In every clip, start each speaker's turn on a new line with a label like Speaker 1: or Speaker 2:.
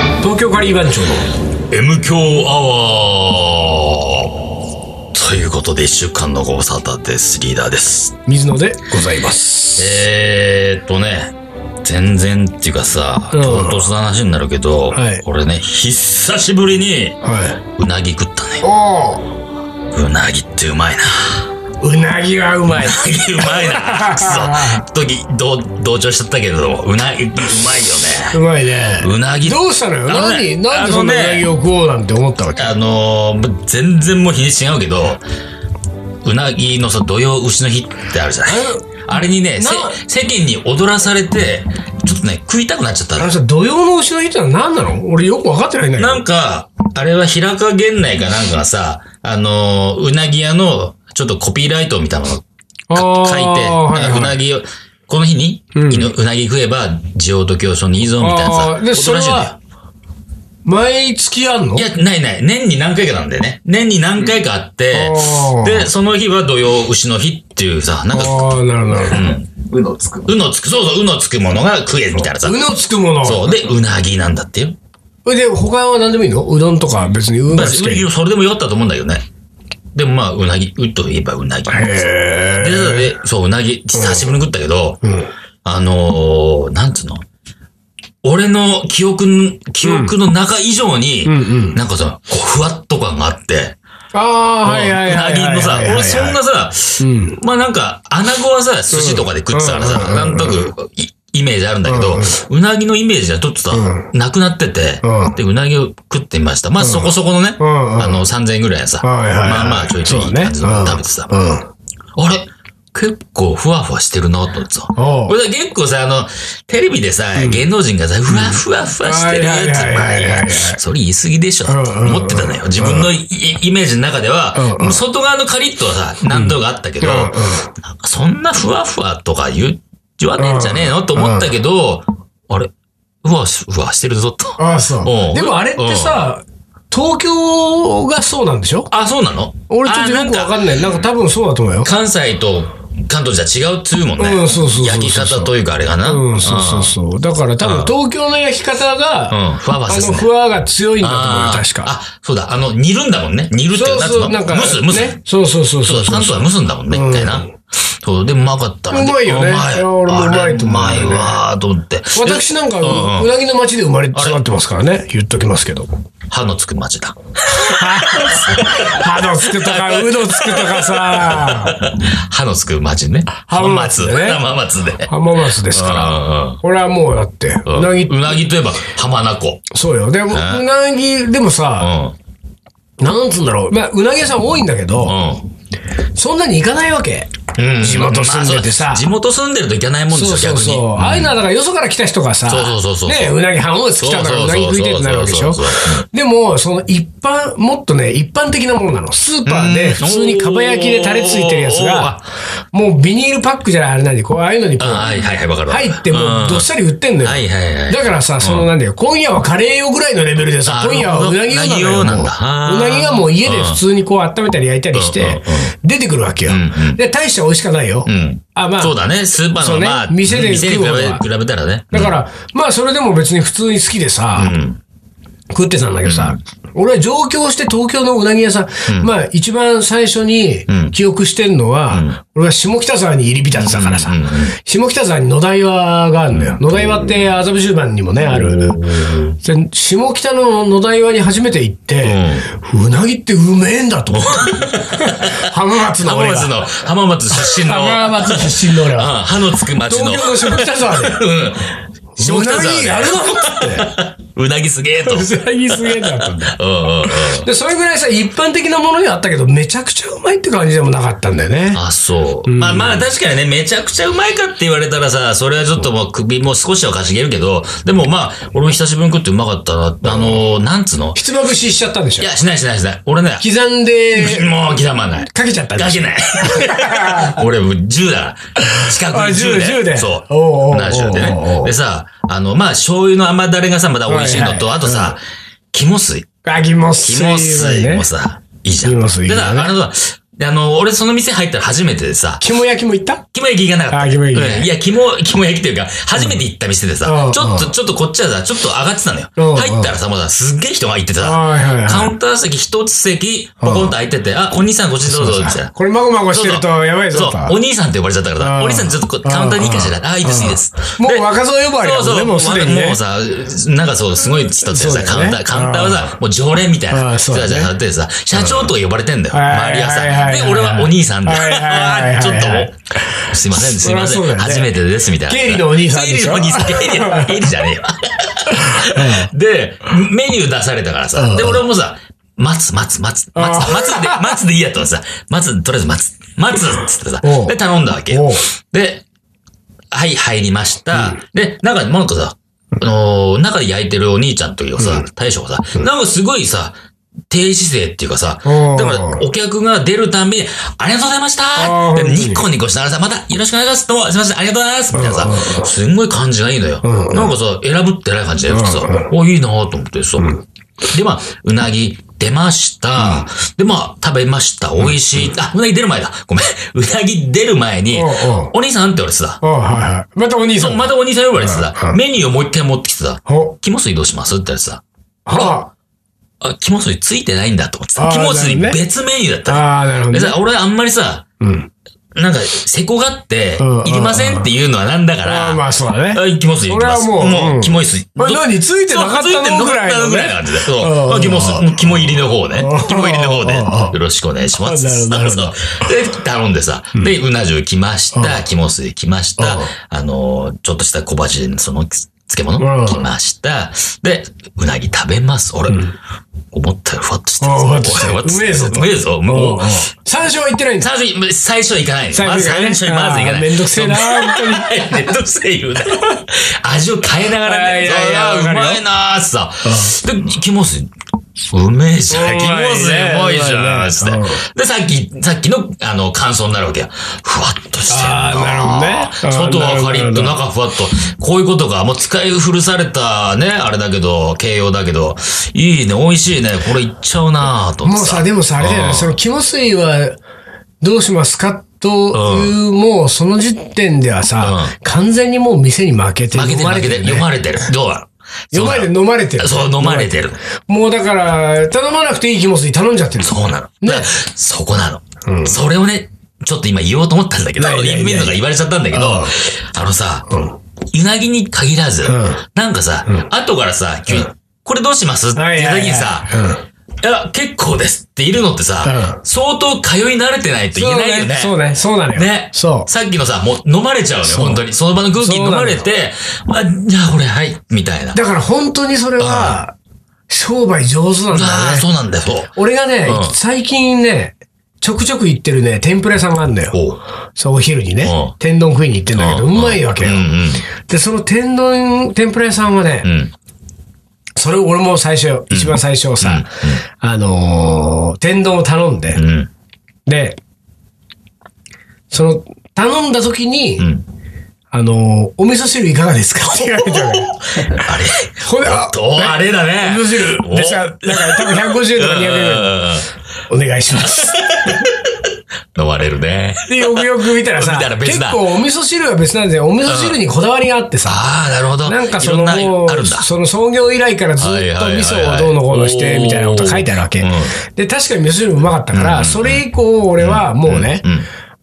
Speaker 1: 台湾町の
Speaker 2: M 強アワーということで、一週間のご無沙汰です。リーダーです。
Speaker 1: 水野でございます。
Speaker 2: えーっとね、全然っていうかさ、
Speaker 1: うん
Speaker 2: 唐突な話になるけど、
Speaker 1: はい
Speaker 2: 俺ね、久しぶりに、
Speaker 1: はい。
Speaker 2: うなぎ食ったね。
Speaker 1: お
Speaker 2: うなぎってうまいな。
Speaker 1: お、うなぎはうまい。
Speaker 2: うなぎうまいな。くそ。時、同、同調しちゃったけれども、うなぎ、うまいよ
Speaker 1: うまいね。
Speaker 2: ね。うなぎ
Speaker 1: どうしたのよ。
Speaker 2: あのね
Speaker 1: 何、なんでそんなう
Speaker 2: あのね
Speaker 1: なぎを食おうなんて思ったわけ。
Speaker 2: あのー、全然もう日にち違うけど、うなぎのさ、土曜牛の日ってあるじゃないあれにね、せ
Speaker 1: な
Speaker 2: 世間に踊らされて、ちょっとね、食いたくなっちゃった
Speaker 1: あ
Speaker 2: の
Speaker 1: のさ、土曜の牛の日ってのは何なの俺よく分かってないんだけど。
Speaker 2: なんか、あれは平川源内かなんかがさ、あのー、うなぎ屋の、ちょっとコピーライトみたいなのを
Speaker 1: あー
Speaker 2: 書いて、
Speaker 1: はい
Speaker 2: なんかう
Speaker 1: はい
Speaker 2: なぎを、この日に、
Speaker 1: うん
Speaker 2: ううなぎ食えば、地方と教書にいいぞ、みたいな
Speaker 1: あ
Speaker 2: さ
Speaker 1: ー、で、それ
Speaker 2: いのよ
Speaker 1: は、毎月あんの
Speaker 2: いや、ないない。年に何回かなんだよね。年に何回かあって
Speaker 1: うんあー、
Speaker 2: で、その日は土曜牛の日っていうさ、なんか、
Speaker 1: ああ、なるほどなるほ
Speaker 3: うのつくの。
Speaker 2: うのつく、そうそう、うのつくものが食え、みたいなさ
Speaker 1: ど。う。のつくもの。
Speaker 2: そう。で、うなぎなんだってよ。
Speaker 1: それで、他は何でもいいのうどんとか別に運
Speaker 2: ま
Speaker 1: が
Speaker 2: あ、
Speaker 1: 好き。へ
Speaker 2: それでもよかったと思うんだけどね。でもまあ、うなぎ、うといえばうなぎ。で、
Speaker 1: え。
Speaker 2: でそう、うなぎ、久しぶりに食ったけど、
Speaker 1: うん。
Speaker 2: あのー、なんつうの俺の記憶ん、記憶の中以上に、
Speaker 1: うんうん
Speaker 2: なんかさ、こう、ふわっと感があって、
Speaker 1: ああ、はいはいはいはいはいはい。
Speaker 2: うなぎのさ、俺そんなさ、
Speaker 1: うん。
Speaker 2: まあなんか、穴子はさ、寿司とかで食ってたからさ
Speaker 1: う、ん
Speaker 2: なんとなくいイメージあるんだけど、うなぎのイメージはちょっとさ、
Speaker 1: う
Speaker 2: なくなってて
Speaker 1: うん、
Speaker 2: で、うなぎを食ってみました。まあそこそこのね、
Speaker 1: うんうん
Speaker 2: あの3000円ぐらいのさ、
Speaker 1: はいはいはい
Speaker 2: まあまあちょいちょいいい感じの食べてさ、
Speaker 1: うん。
Speaker 2: あれ結構ふわふわしてるなと思ってさ。
Speaker 1: おう
Speaker 2: 俺結構さ、あの、テレビでさ、芸能人がさ、ふわふわふわしてるやつ、
Speaker 1: はいはいはいはいはい
Speaker 2: まあそれ言い過ぎでしょ、
Speaker 1: うんうんうん
Speaker 2: 思ってたのよ。自分のイイメージの中では
Speaker 1: う、ん
Speaker 2: もう外側のカリッとはさ、難度があったけど、
Speaker 1: うんうん
Speaker 2: なんかそんなふわふわとか言う言わねえんじゃねえのと思ったけど、あれふわしふわしてるぞと。
Speaker 1: ああ、そ
Speaker 2: うん
Speaker 1: う。でもあれってさ、東京がそうなんでしょ
Speaker 2: あ、そうなの
Speaker 1: 俺ちょっとよ
Speaker 2: あなん
Speaker 1: く
Speaker 2: か
Speaker 1: わかんない。なんか多分そうだと思うよ。
Speaker 2: 関西と関東じゃ違うっつうもんね。
Speaker 1: うんそうそうそうそう
Speaker 2: 焼き方というかあれがな。
Speaker 1: うん、そうそうそう。だから多分東京の焼き方
Speaker 2: うん。
Speaker 1: が、
Speaker 2: うんふわふわ
Speaker 1: あ
Speaker 2: させ
Speaker 1: の、
Speaker 2: るね。
Speaker 1: ふわが強いんだと思
Speaker 2: あ
Speaker 1: う
Speaker 2: ー
Speaker 1: よ、確か。
Speaker 2: あ、そうだ。あの、煮るんだもんね。煮るって
Speaker 1: そう
Speaker 2: なんつう
Speaker 1: そ
Speaker 2: の
Speaker 1: う、なんか、
Speaker 2: 蒸す、蒸す。
Speaker 1: ね。そうそうそう
Speaker 2: そ、
Speaker 1: そうう。
Speaker 2: 関東は蒸すんだもんね、
Speaker 1: うん
Speaker 2: 一回な。そう、で、うまかったな。
Speaker 1: うまいよね
Speaker 2: うまい。
Speaker 1: いや俺もうまいと思う
Speaker 2: あ
Speaker 1: んだ
Speaker 2: れ
Speaker 1: よね
Speaker 2: うまいわーと思って。
Speaker 1: 私なんか、
Speaker 2: うんうん
Speaker 1: うなぎの町で生まれ育ってますからね。言っときますけど。
Speaker 2: 歯のつく町だ。
Speaker 1: 歯のつくとか、うのつくとかさ、
Speaker 2: 歯のつく町ね。
Speaker 1: 浜松ね
Speaker 2: 浜松で。
Speaker 1: 浜松ですから。俺はもうだって、
Speaker 2: うんうん
Speaker 1: うなぎって
Speaker 2: うなぎといえば浜名湖。
Speaker 1: そうよ。でも、うなぎ、でも
Speaker 2: う
Speaker 1: さ、
Speaker 2: ん。
Speaker 1: なんつうんだろう。まあ、うなぎ屋さん多いんだけど、
Speaker 2: う
Speaker 1: そんなに行かないわけ。
Speaker 2: ん。うん。
Speaker 1: 地元住んでてさ
Speaker 2: まあそう地元住んでるといけないもんです
Speaker 1: そ
Speaker 2: よ、
Speaker 1: うそう
Speaker 2: 逆に。
Speaker 1: そう。ああいうのは、だからよそから来た人がさ、
Speaker 2: そうそうそうそう
Speaker 1: ね、うなぎ半を来たから
Speaker 2: そう
Speaker 1: う
Speaker 2: そう
Speaker 1: なぎ
Speaker 2: そう
Speaker 1: 食
Speaker 2: そ
Speaker 1: い
Speaker 2: う
Speaker 1: てえってなるわけでしょ
Speaker 2: そうそうそ。
Speaker 1: でも、その一般、もっとね、一般的なものなの。スーパーで、
Speaker 2: うん
Speaker 1: 普通にかば焼きでタレついてるやつが、もうビニールパックじゃない、あれ何こう、ああいうのにこう、
Speaker 2: あはいはいはいわかるわ
Speaker 1: 入って、もうどっさり売ってんのよ。
Speaker 2: はいはいはい。
Speaker 1: だからさ、そのなんだよ、今夜はカレー用ぐらいのレベルでさ
Speaker 2: あ、
Speaker 1: 今夜はうなぎ用な
Speaker 2: うなぎ用な
Speaker 1: のよ。
Speaker 2: ん
Speaker 1: もう
Speaker 2: だあー
Speaker 1: うなぎがもう家で普通にこう温めたり焼いたりし
Speaker 2: うんうんう
Speaker 1: て
Speaker 2: ん、
Speaker 1: 出てくるわけよ
Speaker 2: うんう。ん
Speaker 1: で、大した美味しくないよ
Speaker 2: ん。
Speaker 1: あ、まあ
Speaker 2: そう、だね、スーパー
Speaker 1: そ
Speaker 2: の、
Speaker 1: うね
Speaker 2: まあ、
Speaker 1: 店で食う
Speaker 2: に比
Speaker 1: 方が
Speaker 2: べ比べたらね。
Speaker 1: だから、まあそれでも別に普通に好きでさ、
Speaker 2: ん
Speaker 1: 食ってたんだけどさ、俺は上京して東京のうなぎ屋さん、まあ一番最初に記憶してんのは、俺は下北沢に入り浸ってたからさ、下北沢に野台場があるのよ。野台場って麻布十番にもね、ある。で下北の野台場に初めて行って、うなぎってうめえん だと思った。浜松の
Speaker 2: 浜
Speaker 1: 俺が。
Speaker 2: 松の、浜松出身の、
Speaker 1: 浜
Speaker 2: うん
Speaker 1: 松出身の俺は。
Speaker 2: 歯のつく町の
Speaker 1: 東、京の下北沢で。
Speaker 2: うん。 下
Speaker 1: う
Speaker 2: 北
Speaker 1: な
Speaker 2: 沢
Speaker 1: ぎやる
Speaker 2: で
Speaker 1: のって。
Speaker 2: うなぎすげえと。うん
Speaker 1: うなぎすげえなと思って
Speaker 2: うんうん。
Speaker 1: で、それぐらいさ、一般的なものにあったけど、めちゃくちゃうまいって感じでもなかったんだよね。
Speaker 2: あ、そう。まあまあ確かにね、めちゃくちゃうまいかって言われたらさ、それはちょっともう首も少しはかしげるけど、でもまあ、俺も久しぶりに食ってうまかったな。あのー、なんつうの
Speaker 1: ひつまぶししちゃったんでし
Speaker 2: い
Speaker 1: ょ
Speaker 2: や、しないしないしない。俺ね、
Speaker 1: 刻んで、
Speaker 2: もう刻まない。
Speaker 1: かけちゃったんで
Speaker 2: か
Speaker 1: し
Speaker 2: け
Speaker 1: ょ
Speaker 2: ない。俺もう銃だ。近く
Speaker 1: あ
Speaker 2: に銃で。
Speaker 1: 銃銃で
Speaker 2: そう。
Speaker 1: おうおうおうおう
Speaker 2: な銃でね。でさ、あの、まあ、醤油の甘だれがさ、まだ美味しいのと、
Speaker 1: はいはい
Speaker 2: あとさ、肝水。
Speaker 1: あ、肝水。
Speaker 2: 肝水もさ、いいじゃん。
Speaker 1: 肝水いい
Speaker 2: で
Speaker 1: よね
Speaker 2: さ、あのさ、であの、俺その店入ったら初めてでさ、
Speaker 1: 肝焼きも行った
Speaker 2: 肝焼きがなかった。
Speaker 1: あ肝焼きね
Speaker 2: うんいや、肝、肝焼きというか、初めて行った店で
Speaker 1: う
Speaker 2: さ
Speaker 1: ん、
Speaker 2: ちょっ
Speaker 1: う
Speaker 2: と、ちょっとこっちはさ、ちょっと上がってたのよ。
Speaker 1: うん
Speaker 2: 入ったらさ、もうさ、すっげえ人がいてさ、
Speaker 1: はいはいはい
Speaker 2: カウンター席一つ席、ポコンと空いてて、あ、お兄さんこっちどうぞ、みたいな。
Speaker 1: これまごまごしてるとやばいぞ
Speaker 2: そう
Speaker 1: と。、
Speaker 2: お兄さんって呼ばれちゃったから
Speaker 1: う
Speaker 2: さ、
Speaker 1: ん
Speaker 2: お兄さんちょっとこカウンターにいいかしら。ああ、いいです、いいです。
Speaker 1: もう
Speaker 2: で
Speaker 1: 若造呼ばわりだもんね
Speaker 2: そうそう、
Speaker 1: もうすでにね
Speaker 2: もうさ、なんかそう、すごい人って
Speaker 1: そうだ
Speaker 2: さ、
Speaker 1: よね
Speaker 2: カウンター、カウンターはさ、もう常連みたい
Speaker 1: あ
Speaker 2: な
Speaker 1: あそ
Speaker 2: 人
Speaker 1: うだ
Speaker 2: た
Speaker 1: ね
Speaker 2: ちが立ってさ、社長とか呼ばれてんだよ。
Speaker 1: はい
Speaker 2: 周りがさ。
Speaker 1: はいはいはい
Speaker 2: で、俺はお兄さんで。
Speaker 1: はいはいはいは
Speaker 2: あ
Speaker 1: い
Speaker 2: あちょっともう、すいません、すいませ
Speaker 1: そりゃそうんだ、よね
Speaker 2: 初めてです、みたいな。
Speaker 1: 経理のお兄さんで
Speaker 2: 経理
Speaker 1: し
Speaker 2: の
Speaker 1: ょ
Speaker 2: お 兄さん、経理の、経理じゃねえよ。で、メニュー出されたから
Speaker 1: う
Speaker 2: さ。
Speaker 1: ん
Speaker 2: で、俺もさ、待つ、待つ、待つ、待つ、待つで、待つでいいやとさ、待つ、とりあえず待つ、待つっつってさ、
Speaker 1: おう
Speaker 2: で、頼んだわけ
Speaker 1: おう
Speaker 2: よ。で、はい、入りました。で、なんか、なんかさ、あのー中で焼いてるお兄ちゃんというさ、大将がさ、なんかすごいさ、低姿勢っていうかさ、だ
Speaker 1: うん
Speaker 2: から、お客が出るたんびに、ありがとうございました
Speaker 1: あー
Speaker 2: でニコニコしながらさ、またよろしくお願いしますどうも、すいません、ありがとうございますみたいなさ、すんごい感じがいいのよ。なんかさ、選ぶってない感じだよ、普通さ。お、いいなと思ってさ。で、まあ、うなぎ出ました。で、まあ、食べました。美味しい。あ、うなぎ出る前だ。ごめん。うなぎ出る前に
Speaker 1: うんうん、
Speaker 2: お兄さんって俺さ、
Speaker 1: うんはいはい。またお兄さ。
Speaker 2: そうんまたお兄さん呼ばれてさ
Speaker 1: うんう、ん
Speaker 2: メニューをもう一回持ってきてさ、
Speaker 1: ほ
Speaker 2: 肝水どうしますって言われてさ、
Speaker 1: は
Speaker 2: あ、肝水ついてないんだと思ってさ
Speaker 1: あ、ー
Speaker 2: 肝水
Speaker 1: なるほどね
Speaker 2: 別メニューだったの。
Speaker 1: ああー、なるほど
Speaker 2: で
Speaker 1: ね
Speaker 2: さ、。俺あんまりさ、
Speaker 1: うん。
Speaker 2: なんか、せこがって
Speaker 1: うん、
Speaker 2: いりませんっていうのはなんだか
Speaker 1: ああ、ま
Speaker 2: ら、
Speaker 1: あそうだね。
Speaker 2: あ、行きますよ、行きます。
Speaker 1: それはもう
Speaker 2: も
Speaker 1: う
Speaker 2: う、
Speaker 1: ん
Speaker 2: キモいっす。
Speaker 1: これ何ついてなかったの
Speaker 2: そうついて
Speaker 1: ぐらいのね
Speaker 2: ぐらいの感じで。そう
Speaker 1: うん。
Speaker 2: あキモっす。もうキモ入りの方ね
Speaker 1: うん。
Speaker 2: キモ入りの方で。
Speaker 1: うん
Speaker 2: よろしくお願いします。
Speaker 1: うんなるほど
Speaker 2: そうで、頼んでさ、で、うな重来ました、キモ水来ました
Speaker 1: うん、
Speaker 2: あのー、ちょっとした小鉢で、その、漬物
Speaker 1: うん
Speaker 2: 来ました。で、うなぎ食べます。俺、思ったよりふわっとしてる
Speaker 1: うんふわっとしてる
Speaker 2: ふわっとしてる
Speaker 1: うめえぞと
Speaker 2: うめえぞ。
Speaker 1: お
Speaker 2: も
Speaker 1: う
Speaker 2: う
Speaker 1: おう、最初は行ってないんだ。
Speaker 2: 最初、最初は行かない。まず
Speaker 1: は
Speaker 2: 最初にまず行か
Speaker 1: あ
Speaker 2: な
Speaker 1: ー
Speaker 2: い。
Speaker 1: めんどくせえな、本当に。
Speaker 2: めんどくせえ言うな。味を変えながらね。
Speaker 1: いやいや
Speaker 2: そう
Speaker 1: わか
Speaker 2: う
Speaker 1: るよ
Speaker 2: まいなーってさ。で、キモス、うめえじゃ。
Speaker 1: うんまい
Speaker 2: キ
Speaker 1: ね
Speaker 2: モスうまいじ
Speaker 1: う
Speaker 2: ゃ
Speaker 1: まい
Speaker 2: ん。
Speaker 1: ね
Speaker 2: つって
Speaker 1: うん。
Speaker 2: で、さっき、さっきの、あの、感想になるわけよ。ふわっとしてる
Speaker 1: あーなるほどねあー
Speaker 2: 外はカリッと、
Speaker 1: なるほ
Speaker 2: 中ふわっと。こういうことが、もう使い古されたね、あれだけど、形容だけど、いいね、美味しいね。これいっちゃうなーと思っ
Speaker 1: もう
Speaker 2: て
Speaker 1: さ、でもさ、あれだよ
Speaker 2: う
Speaker 1: ね、
Speaker 2: ん
Speaker 1: その肝水はどうしますかという、もうその時点ではさ、完全にもう店に負けて
Speaker 2: 負けてる、負けてる。読ま
Speaker 1: れ
Speaker 2: れてる。どうな
Speaker 1: て
Speaker 2: の
Speaker 1: るね。読まれて、飲まれてる。
Speaker 2: そう、飲まれてる。
Speaker 1: もうだから、頼まなくていい肝水頼んじゃってる。
Speaker 2: そうなの。
Speaker 1: ね
Speaker 2: ね、そこなの、それをね、ちょっと今言おうと思ったんだけど、
Speaker 1: ないないない
Speaker 2: みんなが言われちゃったんだけど、あのさ、うなぎに限らず、
Speaker 1: ん
Speaker 2: なんかさ、後からさ、急にこれどうしますって
Speaker 1: はい
Speaker 2: 言っ
Speaker 1: はい
Speaker 2: た
Speaker 1: はい
Speaker 2: 時にさ、
Speaker 1: うん
Speaker 2: いや、結構ですっているのってさ、
Speaker 1: うん
Speaker 2: 相当通い慣れてないと言えないよね。
Speaker 1: そうね、そうなのよ。
Speaker 2: ね。
Speaker 1: そう。
Speaker 2: さっきのさ、もう飲まれちゃうのよ、本当に。その場の空気に飲まれて、あ、じゃあこれはい、みたいな。
Speaker 1: だから本当にそれは、商売上手なんだ
Speaker 2: ああ、
Speaker 1: よね。
Speaker 2: そうなんだよ、そう。
Speaker 1: 俺がね
Speaker 2: うん、
Speaker 1: 最近ね、ちょくちょく行ってるね、天ぷら屋さんがあるんだよ。
Speaker 2: おう
Speaker 1: そう、お昼にね
Speaker 2: う、
Speaker 1: 天丼食いに行ってんだけど、うまいわけ
Speaker 2: う
Speaker 1: よ
Speaker 2: ん。
Speaker 1: で、その天丼、天ぷら屋さんはね、
Speaker 2: うん。うん。
Speaker 1: それを俺も最初よ、一番最初さ、あのー天丼を頼んで、
Speaker 2: うん。
Speaker 1: で、その、頼んだ時に、
Speaker 2: ん
Speaker 1: あのーお味噌汁いかがですかって言われたの よ。
Speaker 2: あれ
Speaker 1: ほんであ
Speaker 2: おっとあれだね。
Speaker 1: お味噌汁でさ、だから多分150とか200円ぐらいお願いします。
Speaker 2: うん飲まれるね。
Speaker 1: で、よくよく見たらさ
Speaker 2: 見たら、別
Speaker 1: 結
Speaker 2: だ
Speaker 1: 構お味噌汁は別なんですよ。お味噌汁にこだわりがあってさ、
Speaker 2: ああ、なるほど。
Speaker 1: なんかそ
Speaker 2: い
Speaker 1: の、
Speaker 2: ろんな、あるんだ。
Speaker 1: その創業以来からずっと
Speaker 2: は
Speaker 1: 味
Speaker 2: いはいはいはい
Speaker 1: 噌をどうのこうのして、みたいなこと書いてあるわけ
Speaker 2: おー。
Speaker 1: で、確かに味噌汁うまかったから、それ以降俺はもうね、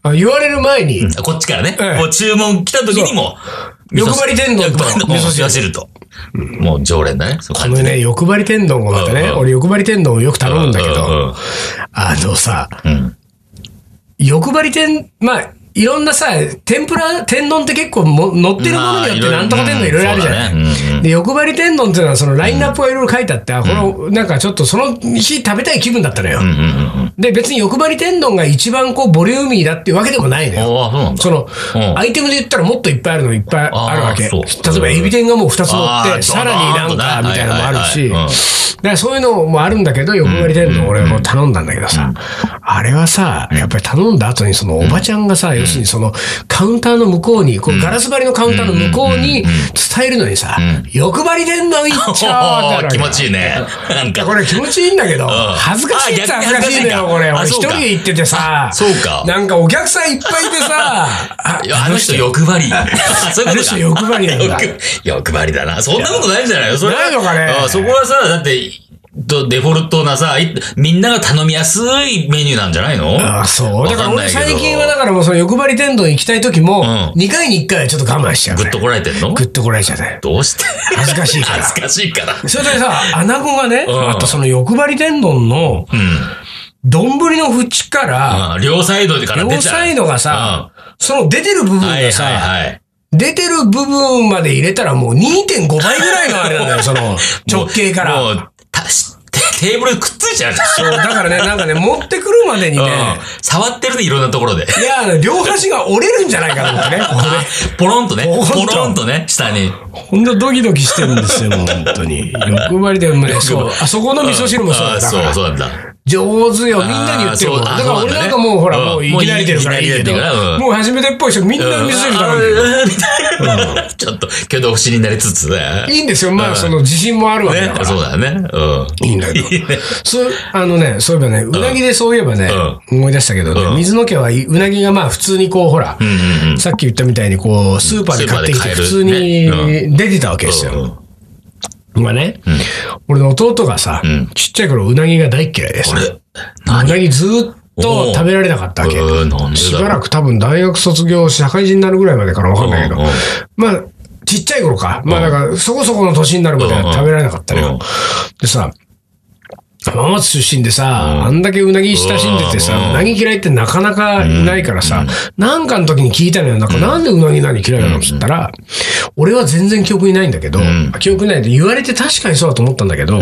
Speaker 1: あ言われる前に、
Speaker 2: こっちからね
Speaker 1: ええ、
Speaker 2: もう注文来た時にも、
Speaker 1: そう欲張り天丼と
Speaker 2: 欲張りの
Speaker 1: 味
Speaker 2: 味
Speaker 1: 噌汁
Speaker 2: 噌汁と。もう常連だね。そう
Speaker 1: あ
Speaker 2: 感
Speaker 1: の
Speaker 2: じね。
Speaker 1: ね、欲張り天丼がまた
Speaker 2: うん
Speaker 1: ね、
Speaker 2: うん
Speaker 1: 俺欲張り天丼をよく頼むんだけ
Speaker 2: うんう
Speaker 1: ど
Speaker 2: ん、
Speaker 1: あのさ、
Speaker 2: うん。
Speaker 1: 欲張り天、まあ、いろんなさ、天ぷら、天丼って結構も乗ってるものによって
Speaker 2: まあ
Speaker 1: なんとか天丼いろいろあるじゃない。
Speaker 2: うんうんそうだねうんうん
Speaker 1: で、欲張り天丼っていうのはそのラインナップがいろいろ書いてあって、あこの、なんかちょっとその日食べたい気分だったのよ。
Speaker 2: うんうん
Speaker 1: で、別に欲張り天丼が一番こうボリューミーだっていうわけでもないの
Speaker 2: うん。
Speaker 1: よ。
Speaker 2: ああ、そうなんだ。
Speaker 1: その、
Speaker 2: うん
Speaker 1: アイテムで言ったらもっといっぱいあるのいっぱいあるわけ。
Speaker 2: あーそう
Speaker 1: 例えば、エビ天がもう2つ乗
Speaker 2: あ
Speaker 1: っ
Speaker 2: ー
Speaker 1: て、さらになんか、
Speaker 2: ドーンとね
Speaker 1: みたいなのもある
Speaker 2: はい
Speaker 1: し、
Speaker 2: はいはいうん
Speaker 1: だからそういうのもあるんだけど、欲張り天丼俺も頼んだんだけどさ、あれはさ、やっぱり頼んだ後にそのおばちゃんがさ、喜要するにその、カウンターの向こうに、こうガラス張りのカウンターの向こうに伝えるのにさ、欲張りでんのいっちゃ
Speaker 2: お
Speaker 1: う
Speaker 2: ー気持ちいいね。なんか。
Speaker 1: これ気持ちいいんだけど、
Speaker 2: ん
Speaker 1: 恥ずかしいっちゃ
Speaker 2: あ
Speaker 1: 恥ず
Speaker 2: 逆に
Speaker 1: かしいんだよ、
Speaker 2: 恥ずかしいか
Speaker 1: これ。
Speaker 2: あ
Speaker 1: 俺一
Speaker 2: そう
Speaker 1: 人
Speaker 2: か
Speaker 1: で行っててさ、
Speaker 2: そうか
Speaker 1: なんかお客さんいっぱいいてさ、あ
Speaker 2: いやあの人欲張り。そういうことか。
Speaker 1: あの人欲張りなんだ
Speaker 2: 欲欲張りだな。そんなことないんじゃないのそれは
Speaker 1: ないのかね
Speaker 2: あそこはさ、だって、とデフォルトなさ、いみんなが頼みやすいメニューなんじゃないの
Speaker 1: あそう。だから俺
Speaker 2: わんないけど
Speaker 1: 最近はだからもうその欲張り天丼行きたい時も
Speaker 2: ん、
Speaker 1: 2回に1回はちょっと我慢しちゃう、ね。
Speaker 2: ぐっとこらえてんの
Speaker 1: グッとこらえちゃうね。
Speaker 2: どうして
Speaker 1: 恥ずかしいから
Speaker 2: 恥ずかしいから。
Speaker 1: それでさ、穴子がね、
Speaker 2: うん
Speaker 1: あとその欲張り天丼の、丼の縁から、
Speaker 2: うん両サイドから出ちゃう。
Speaker 1: 両サイドがさ、その出てる部分
Speaker 2: うん、はい
Speaker 1: が
Speaker 2: はい
Speaker 1: さ、
Speaker 2: はい。
Speaker 1: 出てる部分まで入れたらもう2.5倍ぐらいのあれなんだよ、そ の直径から。
Speaker 2: もう、たし テテーブルくっついちゃうじゃん。
Speaker 1: そうだからね、なんかね、持ってくるまでにね
Speaker 2: うん、触ってるね、いろんなと ころで。
Speaker 1: いや、両端が折れるんじゃないかと思ってね、これ
Speaker 2: あポロンとね。
Speaker 1: ポロンと
Speaker 2: ポロンとね、下に。
Speaker 1: ほんとドキドキしてるんですよ、もう本当に。欲張りで、ね、そう。あそこの味噌汁もそう
Speaker 2: あ
Speaker 1: だだ
Speaker 2: ーそ
Speaker 1: か
Speaker 2: う、
Speaker 1: ら
Speaker 2: そうなんだ。
Speaker 1: 上手よ、みんなに言ってるもん。
Speaker 2: あ
Speaker 1: だか
Speaker 2: ーそうあ
Speaker 1: ら
Speaker 2: そう
Speaker 1: 俺
Speaker 2: なんだね
Speaker 1: なんかもうほら、
Speaker 2: うん
Speaker 1: もういき慣れてるからいいけど
Speaker 2: もういいいき慣れてるからう、ん
Speaker 1: もう初めてっぽい人みんな味噌汁頼んでる。
Speaker 2: うんみたいな。ちょっと、挙動不審になりつつね。
Speaker 1: いいんですよ、まあその自信もあるわけだ
Speaker 2: ね
Speaker 1: か。ら。
Speaker 2: そうだよね。うん。
Speaker 1: いいんだけど
Speaker 2: いいね。
Speaker 1: そう、あのね、そういえばね、うなぎでそういえばね、思い出したけどね、水野家はうなぎがまあ普通にこう、ほら、さっき言ったみたいにこう、スーパーで買ってきて
Speaker 2: スーパーで買
Speaker 1: 普通
Speaker 2: えるね
Speaker 1: に出てたわけですよ。
Speaker 2: うん
Speaker 1: まあね、俺の弟がさ、ちっちゃい頃うなぎが大っ嫌いで
Speaker 2: あ
Speaker 1: さ、
Speaker 2: れ
Speaker 1: うなぎずーっと食べられなかったわけ。
Speaker 2: うん、なんでだろう
Speaker 1: しばらく多分大学卒業、社会人になるぐらいまでからわかんないけど
Speaker 2: うんうん、
Speaker 1: まあ、ちっちゃい頃か。まあ、だから、そこそこの年になるまでは食べられなかったの
Speaker 2: うん
Speaker 1: よ。でさ、浜松出身でさ、あんだけうなぎ親しんでてさ
Speaker 2: う、ん
Speaker 1: うなぎ嫌いってなかなかいないからさ、なんかの時に聞いたのよ。なんか、なんでうなぎ何嫌いなのって言ったら、俺は全然記憶にないんだけど、
Speaker 2: ん
Speaker 1: 記憶にないで言われて確かにそうだと思ったんだけど、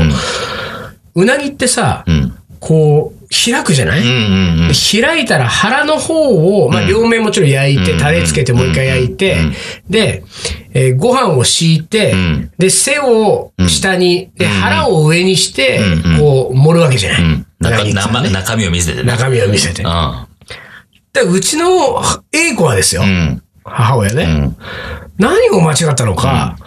Speaker 1: うなぎってさ
Speaker 2: う、ん。
Speaker 1: こう、開くじゃない
Speaker 2: うんうんうん。
Speaker 1: で開いたら腹の方を、まあ、両面もちろん焼いて、タレつけてもう一回焼いて、で、えーご飯を敷いて、
Speaker 2: ん
Speaker 1: で、背を下に、で、腹を上にして、こう、盛るわけじゃない。
Speaker 2: 中
Speaker 1: 何か
Speaker 2: 生
Speaker 1: ね
Speaker 2: 中身を見せてね。
Speaker 1: 中身を見せて。
Speaker 2: う
Speaker 1: で、うちの A 子はですよ、
Speaker 2: ん。うん。
Speaker 1: 母親ね、
Speaker 2: ん
Speaker 1: 何を間違ったのか、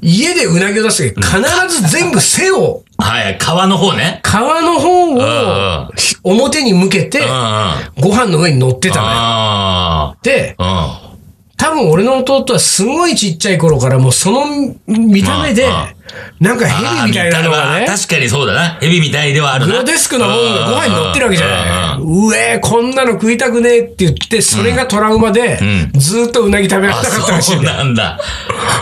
Speaker 1: 家でうなぎを出すとき、必ず全部背を、
Speaker 2: はい、皮の方ね。
Speaker 1: 皮の方
Speaker 2: ん
Speaker 1: をひ表に向けて
Speaker 2: うん、うん。あ
Speaker 1: ご飯の上に乗ってたのよ。
Speaker 2: あ
Speaker 1: で、
Speaker 2: ー。うん。
Speaker 1: 多分俺の弟はすごいちっちゃい頃からもうその見た目で
Speaker 2: まあ、
Speaker 1: なんかヘビみたいなのが
Speaker 2: あー
Speaker 1: ね
Speaker 2: 見た、確かにそうだな。ヘビみたいではある
Speaker 1: グ
Speaker 2: な。
Speaker 1: ロデスクなもんがご飯に乗ってるわけじゃない。うえー、こんなの食いたくねえって言って、それがトラウマで、ずーっとうなぎ食べられな
Speaker 2: あ、
Speaker 1: かったらしい
Speaker 2: そ
Speaker 1: ん
Speaker 2: う
Speaker 1: だよ。
Speaker 2: なんだ。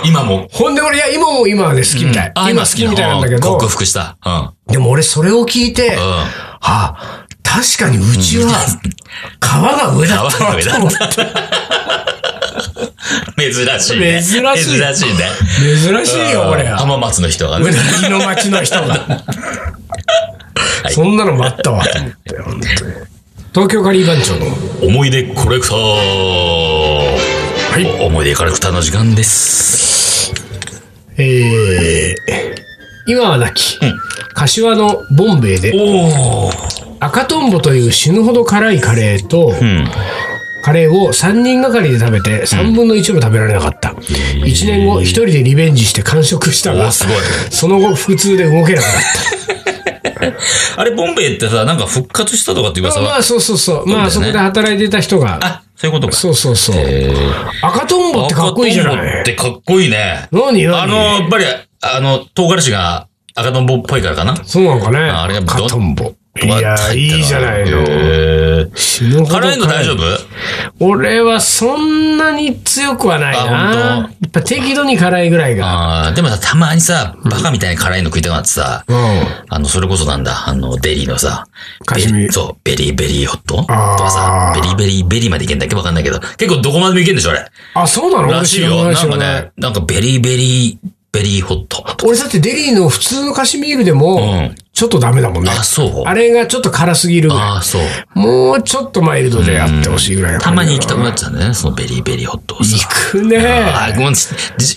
Speaker 2: 今も。
Speaker 1: ほんで俺、いや、今も今はね、好きみたい。
Speaker 2: あ
Speaker 1: 今好きみたいなんだけ
Speaker 2: うん
Speaker 1: ど
Speaker 2: 克、服した。うん。うん。
Speaker 1: でも俺それを聞いて、あ、確かにうちは、皮が上だったわ
Speaker 2: 皮が上だった珍しいね。
Speaker 1: 珍しい
Speaker 2: 珍しいね。
Speaker 1: 珍しいよ、これ
Speaker 2: うん
Speaker 1: は。
Speaker 2: 浜松の人が
Speaker 1: うな
Speaker 2: ね。
Speaker 1: ぎの町の人が。そんなのもあったわ、と思って、本当に。東京カリー番長の。
Speaker 2: 思い出コレクター。はい。思い出コレクターの時間です。
Speaker 1: えー、今は亡き、柏のボンベイで、
Speaker 2: おー。
Speaker 1: 赤とんぼという死ぬほど辛いカレーと、
Speaker 2: うん。
Speaker 1: カレーを3人がかりで食べて3分の1も食べられなかった。1年後、1人でリベンジして完食した
Speaker 2: お
Speaker 1: が、
Speaker 2: すごい
Speaker 1: その後、腹痛で動けなくなった。
Speaker 2: あれ、ボンベイってさ、なんか復活したとかって噂
Speaker 1: ま
Speaker 2: は。
Speaker 1: あ、そうそうそう。まあ、そ
Speaker 2: そうだよね
Speaker 1: こで働いてた人が、
Speaker 2: あ、そういうことか。
Speaker 1: そうそうそう。
Speaker 2: えー
Speaker 1: 赤とんぼってかっこいいじゃ
Speaker 2: 赤とんぼ
Speaker 1: な
Speaker 2: っ
Speaker 1: い
Speaker 2: てかっこいいね。
Speaker 1: 何何
Speaker 2: あの、やっぱり、あの、唐辛子が赤とんぼっぽいからかな。
Speaker 1: そうなのかね。
Speaker 2: あれが
Speaker 1: 赤とんぼ。い
Speaker 2: とか
Speaker 1: や、
Speaker 2: 入
Speaker 1: い
Speaker 2: っ
Speaker 1: い
Speaker 2: てた
Speaker 1: じゃないの。
Speaker 2: へー
Speaker 1: 死ぬほど
Speaker 2: 辛いの大丈
Speaker 1: 夫
Speaker 2: 夫
Speaker 1: 俺はそんなに強くはない
Speaker 2: あ
Speaker 1: な。やっぱ適度に辛いぐらいが。
Speaker 2: ああ、でもさ、たまにさ、バカみたいに辛いの食いたくなってさ、
Speaker 1: うん。
Speaker 2: あの、それこそなんだ、あの、デリーのさ、
Speaker 1: カシミ
Speaker 2: ベそう、ベリーベリーホットと
Speaker 1: あー
Speaker 2: かさ、ベリーベリーベリーまでいけんだっけわかんないけど、結構どこまでもいけんでしょ、あれ。
Speaker 1: あ、そうなの
Speaker 2: らしいよ。
Speaker 1: 俺
Speaker 2: な
Speaker 1: 知
Speaker 2: ん
Speaker 1: ら
Speaker 2: か
Speaker 1: ない
Speaker 2: ね、なんかベリーベリーベリーホット。
Speaker 1: 俺だってデリーの普通のカシミールでも
Speaker 2: ん、
Speaker 1: ちょっとダメだもんね。
Speaker 2: あ、そう。
Speaker 1: あれがちょっと辛すぎるぐら
Speaker 2: ああ、そう。
Speaker 1: い。もうちょっとマイルドであってほしいぐらい
Speaker 2: たまに行きた
Speaker 1: く。
Speaker 2: くなっちゃうんだよね、そのベリーベリーホットをさ。
Speaker 1: 行くね。
Speaker 2: あーごめん、じじ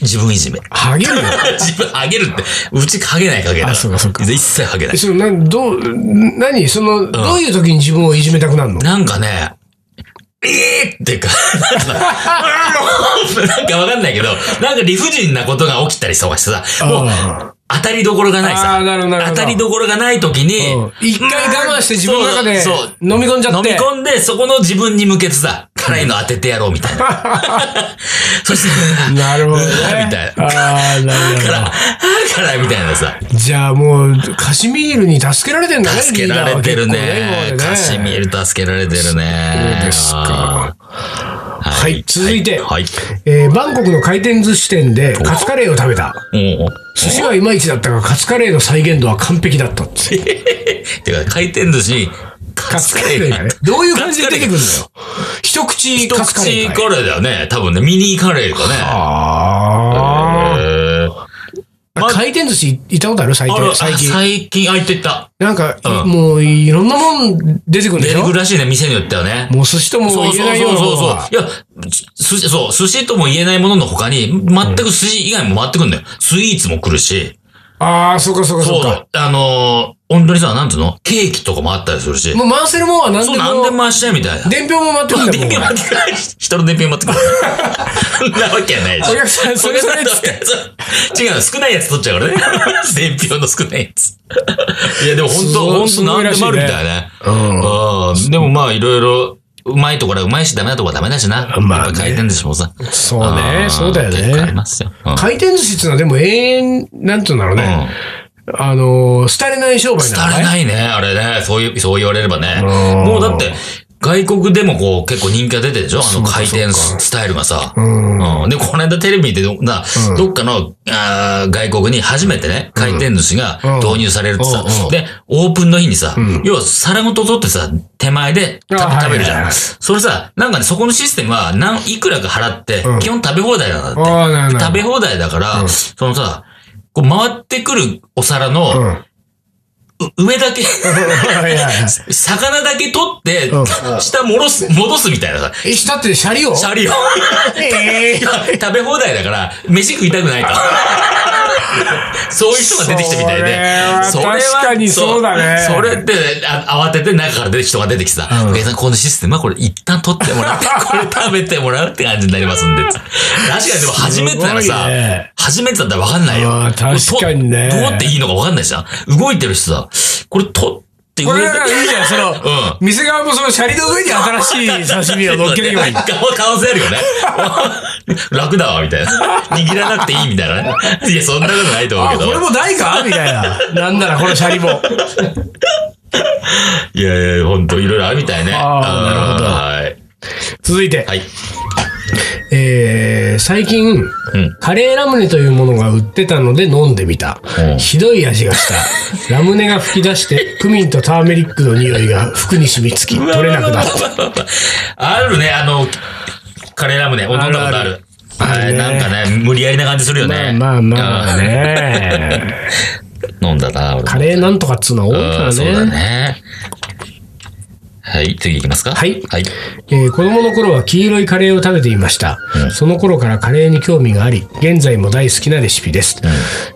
Speaker 2: 自分いじめ。
Speaker 1: ハゲるよ。
Speaker 2: 自分、ハゲるって、うちハゲないハゲない。
Speaker 1: あそうかそうか
Speaker 2: 一切ハゲない
Speaker 1: え。その、なん、どう、何その、どういう時に自分をいじめたくなるの
Speaker 2: なんかね、えーってか、なんか、なんかわかんないけど、なんか理不尽なことが起きたりとかしてさ、もう、当たりどころがない
Speaker 1: あ
Speaker 2: さ
Speaker 1: ーなるほどなる、ほど
Speaker 2: 当たりどころがない時に
Speaker 1: うん、一回我慢して自分の中で
Speaker 2: そうそう
Speaker 1: 飲み込んじゃって
Speaker 2: 飲み込んで、そこの自分に向けてさ、辛いの当ててやろうみたいな。そして、
Speaker 1: なるほどね。
Speaker 2: うわーみたいな。
Speaker 1: ああ、なるほ
Speaker 2: 辛い、あー辛いみたいなさ。
Speaker 1: ど。じゃあもう、カシミールに助けられてんだね、
Speaker 2: 助けられてる
Speaker 1: リーダーは結構
Speaker 2: ね。
Speaker 1: 今まで
Speaker 2: カシミール助けられてるね。
Speaker 1: そうですか
Speaker 2: は
Speaker 1: はい続いて
Speaker 2: はい。
Speaker 1: えーバンコクの回転寿司店でカツカレーを食べた。
Speaker 2: はいおう
Speaker 1: 寿司はいまいちだったが、カツカレーの再現度は完璧だったっつって。
Speaker 2: てか、回転寿司、カ
Speaker 1: カ
Speaker 2: ツ
Speaker 1: ツ
Speaker 2: カ
Speaker 1: カ
Speaker 2: レ
Speaker 1: レ
Speaker 2: ー
Speaker 1: ー
Speaker 2: が
Speaker 1: が
Speaker 2: ね
Speaker 1: ね。。どういう感じで出てくるのよ。一口
Speaker 2: 一
Speaker 1: カツカレ
Speaker 2: 口
Speaker 1: ー
Speaker 2: カ
Speaker 1: かい。
Speaker 2: レーだよね。多分ね、ミニカレーとかね。
Speaker 1: あ
Speaker 2: へー
Speaker 1: あ、回転寿司行ったことある最
Speaker 2: あ
Speaker 1: 近。
Speaker 2: ら、
Speaker 1: 最
Speaker 2: 最近、
Speaker 1: 近。
Speaker 2: 最近、あ、行ってった。
Speaker 1: なんか、
Speaker 2: うん
Speaker 1: もういろんなもん出てくるんでして
Speaker 2: 出く
Speaker 1: ょ
Speaker 2: るらしいね、店によってはね。
Speaker 1: もう寿司とも
Speaker 2: そう
Speaker 1: 言
Speaker 2: そう
Speaker 1: えない
Speaker 2: そ
Speaker 1: よう
Speaker 2: う
Speaker 1: なも
Speaker 2: そう
Speaker 1: の
Speaker 2: そう
Speaker 1: が。。
Speaker 2: いや、寿司、そう、寿司とも言えないものの他に、全く寿司以外も回ってくんだよ。スイーツも来るし。
Speaker 1: ああ、そうかそうか
Speaker 2: そ
Speaker 1: そううか。
Speaker 2: あのー、本当にさ、なんつうのケーキとかもあったりするし。
Speaker 1: もう回せるもんは何
Speaker 2: そう、
Speaker 1: で
Speaker 2: 何でも
Speaker 1: も。
Speaker 2: 回したいみたいな。
Speaker 1: 伝票も回ってくるんだも
Speaker 2: 電
Speaker 1: ん。
Speaker 2: 源待ってくれ。人の電源待ってくれ。そんなわけはないでしょ。
Speaker 1: お客さんそれそれっつっ
Speaker 2: 違うの、少ないやつ取っちゃうからね。伝票の少ないやつ。いや、でも本当
Speaker 1: すごい
Speaker 2: 本当なんでもあるみたいね。うん。でもまあ、いろいろ、うまいところはうまいし、ダメなところはダメだしな。
Speaker 1: まあね
Speaker 2: やっぱ回転寿司もさ。
Speaker 1: そうね
Speaker 2: ん。
Speaker 1: そうだよ
Speaker 2: 結構あり
Speaker 1: ね
Speaker 2: ま。すよ。うん
Speaker 1: 回転寿司っていうのはでも永遠、なんて言うんだろうね。あのー、廃れない商売なの
Speaker 2: 足り
Speaker 1: ね。
Speaker 2: ないね、あれね。そういう、そう言われればね。
Speaker 1: うん
Speaker 2: もうだって、外国でもこう結構人気が出てるでしょあの回転スタイルがさ。うん。で、この間テレビでど、な、どっかの、あー外国に初めてね、回転寿司が導入されるってさ
Speaker 1: うんうん。
Speaker 2: で、オープンの日にさ、要は皿ごと取ってさ、手前でた
Speaker 1: あはい
Speaker 2: 食べるじ
Speaker 1: はい
Speaker 2: ゃ
Speaker 1: は
Speaker 2: ん。
Speaker 1: い
Speaker 2: それさ、なんかね、そこのシステムは、なん、いくらか払って、基本食べ放題なんだって。
Speaker 1: ああ、なるほど。
Speaker 2: 食べ放題だから、そのさ、こう回ってくるお皿
Speaker 1: う
Speaker 2: の、
Speaker 1: ん。
Speaker 2: う上 だけ、
Speaker 1: はいはいはい
Speaker 2: 魚だけ取って
Speaker 1: うん、
Speaker 2: 下戻す、戻すみたいなさ。
Speaker 1: え、下ってシャリを
Speaker 2: シャリを。
Speaker 1: ええ
Speaker 2: 食べ放題だから、飯食いたく ないと。そういう人が出てきたみたいで。
Speaker 1: それは確かにそうだね
Speaker 2: そうそれで、あ慌てて中から出て人が出てきてさ、
Speaker 1: うん
Speaker 2: お客さん、このシステムはこれ一旦取っても らって、これ食べてもらうって感じになりますんで。確かにでも初めてなら
Speaker 1: す
Speaker 2: さ、
Speaker 1: ごいね
Speaker 2: 初めてだったらわかんないよ
Speaker 1: あ。ー確かにね
Speaker 2: どうどうっていいのかわかんないじゃん。動いてる人さ、これ取って
Speaker 1: こ
Speaker 2: 上
Speaker 1: れだ
Speaker 2: だ
Speaker 1: からいいじゃん、その、
Speaker 2: う
Speaker 1: 店側もそのシャリの上に新しい刺身を乗っけていけばいい。
Speaker 2: 顔、顔せるよね。 楽だわ、み たいな。握らなくていいみたいなね。いや、そんなことないと思う
Speaker 1: あ、
Speaker 2: け
Speaker 1: こ
Speaker 2: ど
Speaker 1: れ。もないかみたいな。なんならこのシャリも。
Speaker 2: いやいや、ほんと、いろいろあるみたいね。
Speaker 1: あー
Speaker 2: うん
Speaker 1: なるほど
Speaker 2: はい。
Speaker 1: 続いて、
Speaker 2: はい。
Speaker 1: えー、最近、
Speaker 2: うん。
Speaker 1: カレーラムネというものが売ってたので飲んでみた。
Speaker 2: うん
Speaker 1: ひどい味がした。 ラムネが吹き出して、クミンとターメリックの匂いが服に染みつき、取れなくなった。
Speaker 2: あるね、あの、カレーラムね。飲んだことあ
Speaker 1: あ
Speaker 2: る。
Speaker 1: ある
Speaker 2: は
Speaker 1: ね
Speaker 2: い、なんかね、無理やりな感じするよね。
Speaker 1: まあまあまあね。
Speaker 2: うん。飲んだな、俺も。
Speaker 1: カレーなんとかっつうのは多いから
Speaker 2: うん
Speaker 1: ね。
Speaker 2: そうだね。はい、次行きますか。
Speaker 1: はい
Speaker 2: はい。
Speaker 1: えー子供の頃は黄色いカレーを食べていました、その頃からカレーに興味があり現在も大好きなレシピです、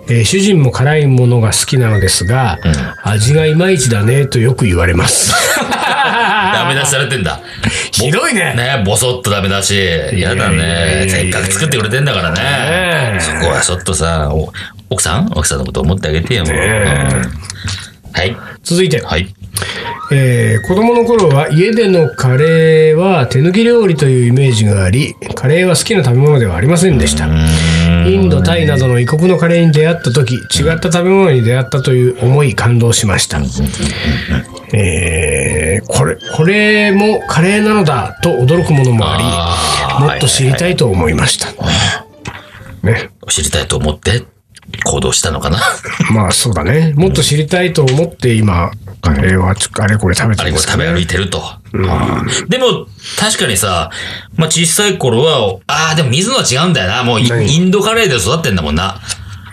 Speaker 1: えー主人も辛いものが好きなのですが、味がいまいちだねとよく言われます
Speaker 2: ダメ出しされてんだ。
Speaker 1: ひどいね
Speaker 2: ね、ボソッとダメだし、嫌だ
Speaker 1: いやいや
Speaker 2: ね。
Speaker 1: いや
Speaker 2: せっ
Speaker 1: いや
Speaker 2: かく作ってくれてんだから
Speaker 1: ね。
Speaker 2: ね
Speaker 1: え
Speaker 2: そこはちょっとさ、お奥さん奥さんのこと思ってあげてよ、もう。うん
Speaker 1: ね
Speaker 2: はい。
Speaker 1: 続いて、
Speaker 2: はい。
Speaker 1: えー子供の頃は家でのカレーは手抜き料理というイメージがありカレーは好きな食べ物ではありませんでしたインドタイなどの異国のカレーに出会った時違った食べ物に出会ったという思い感動しましたえーこれこれもカレーなのだと驚くものもあ
Speaker 2: あ
Speaker 1: り
Speaker 2: ー
Speaker 1: もっと知りたいと思いましたね
Speaker 2: 知りたいと思って行動したの かな。
Speaker 1: まあそうだねもっと知りたいと思って今カレーはちょあれこれ食べて
Speaker 2: あ
Speaker 1: る
Speaker 2: れ
Speaker 1: んで
Speaker 2: これ
Speaker 1: すか
Speaker 2: 食べ歩いてると。でも、確かにさ、まあ、小さい頃は、ああ、でも水野は違うんだよな。もうイ
Speaker 1: 何
Speaker 2: インドカレーで育ってんだもんな。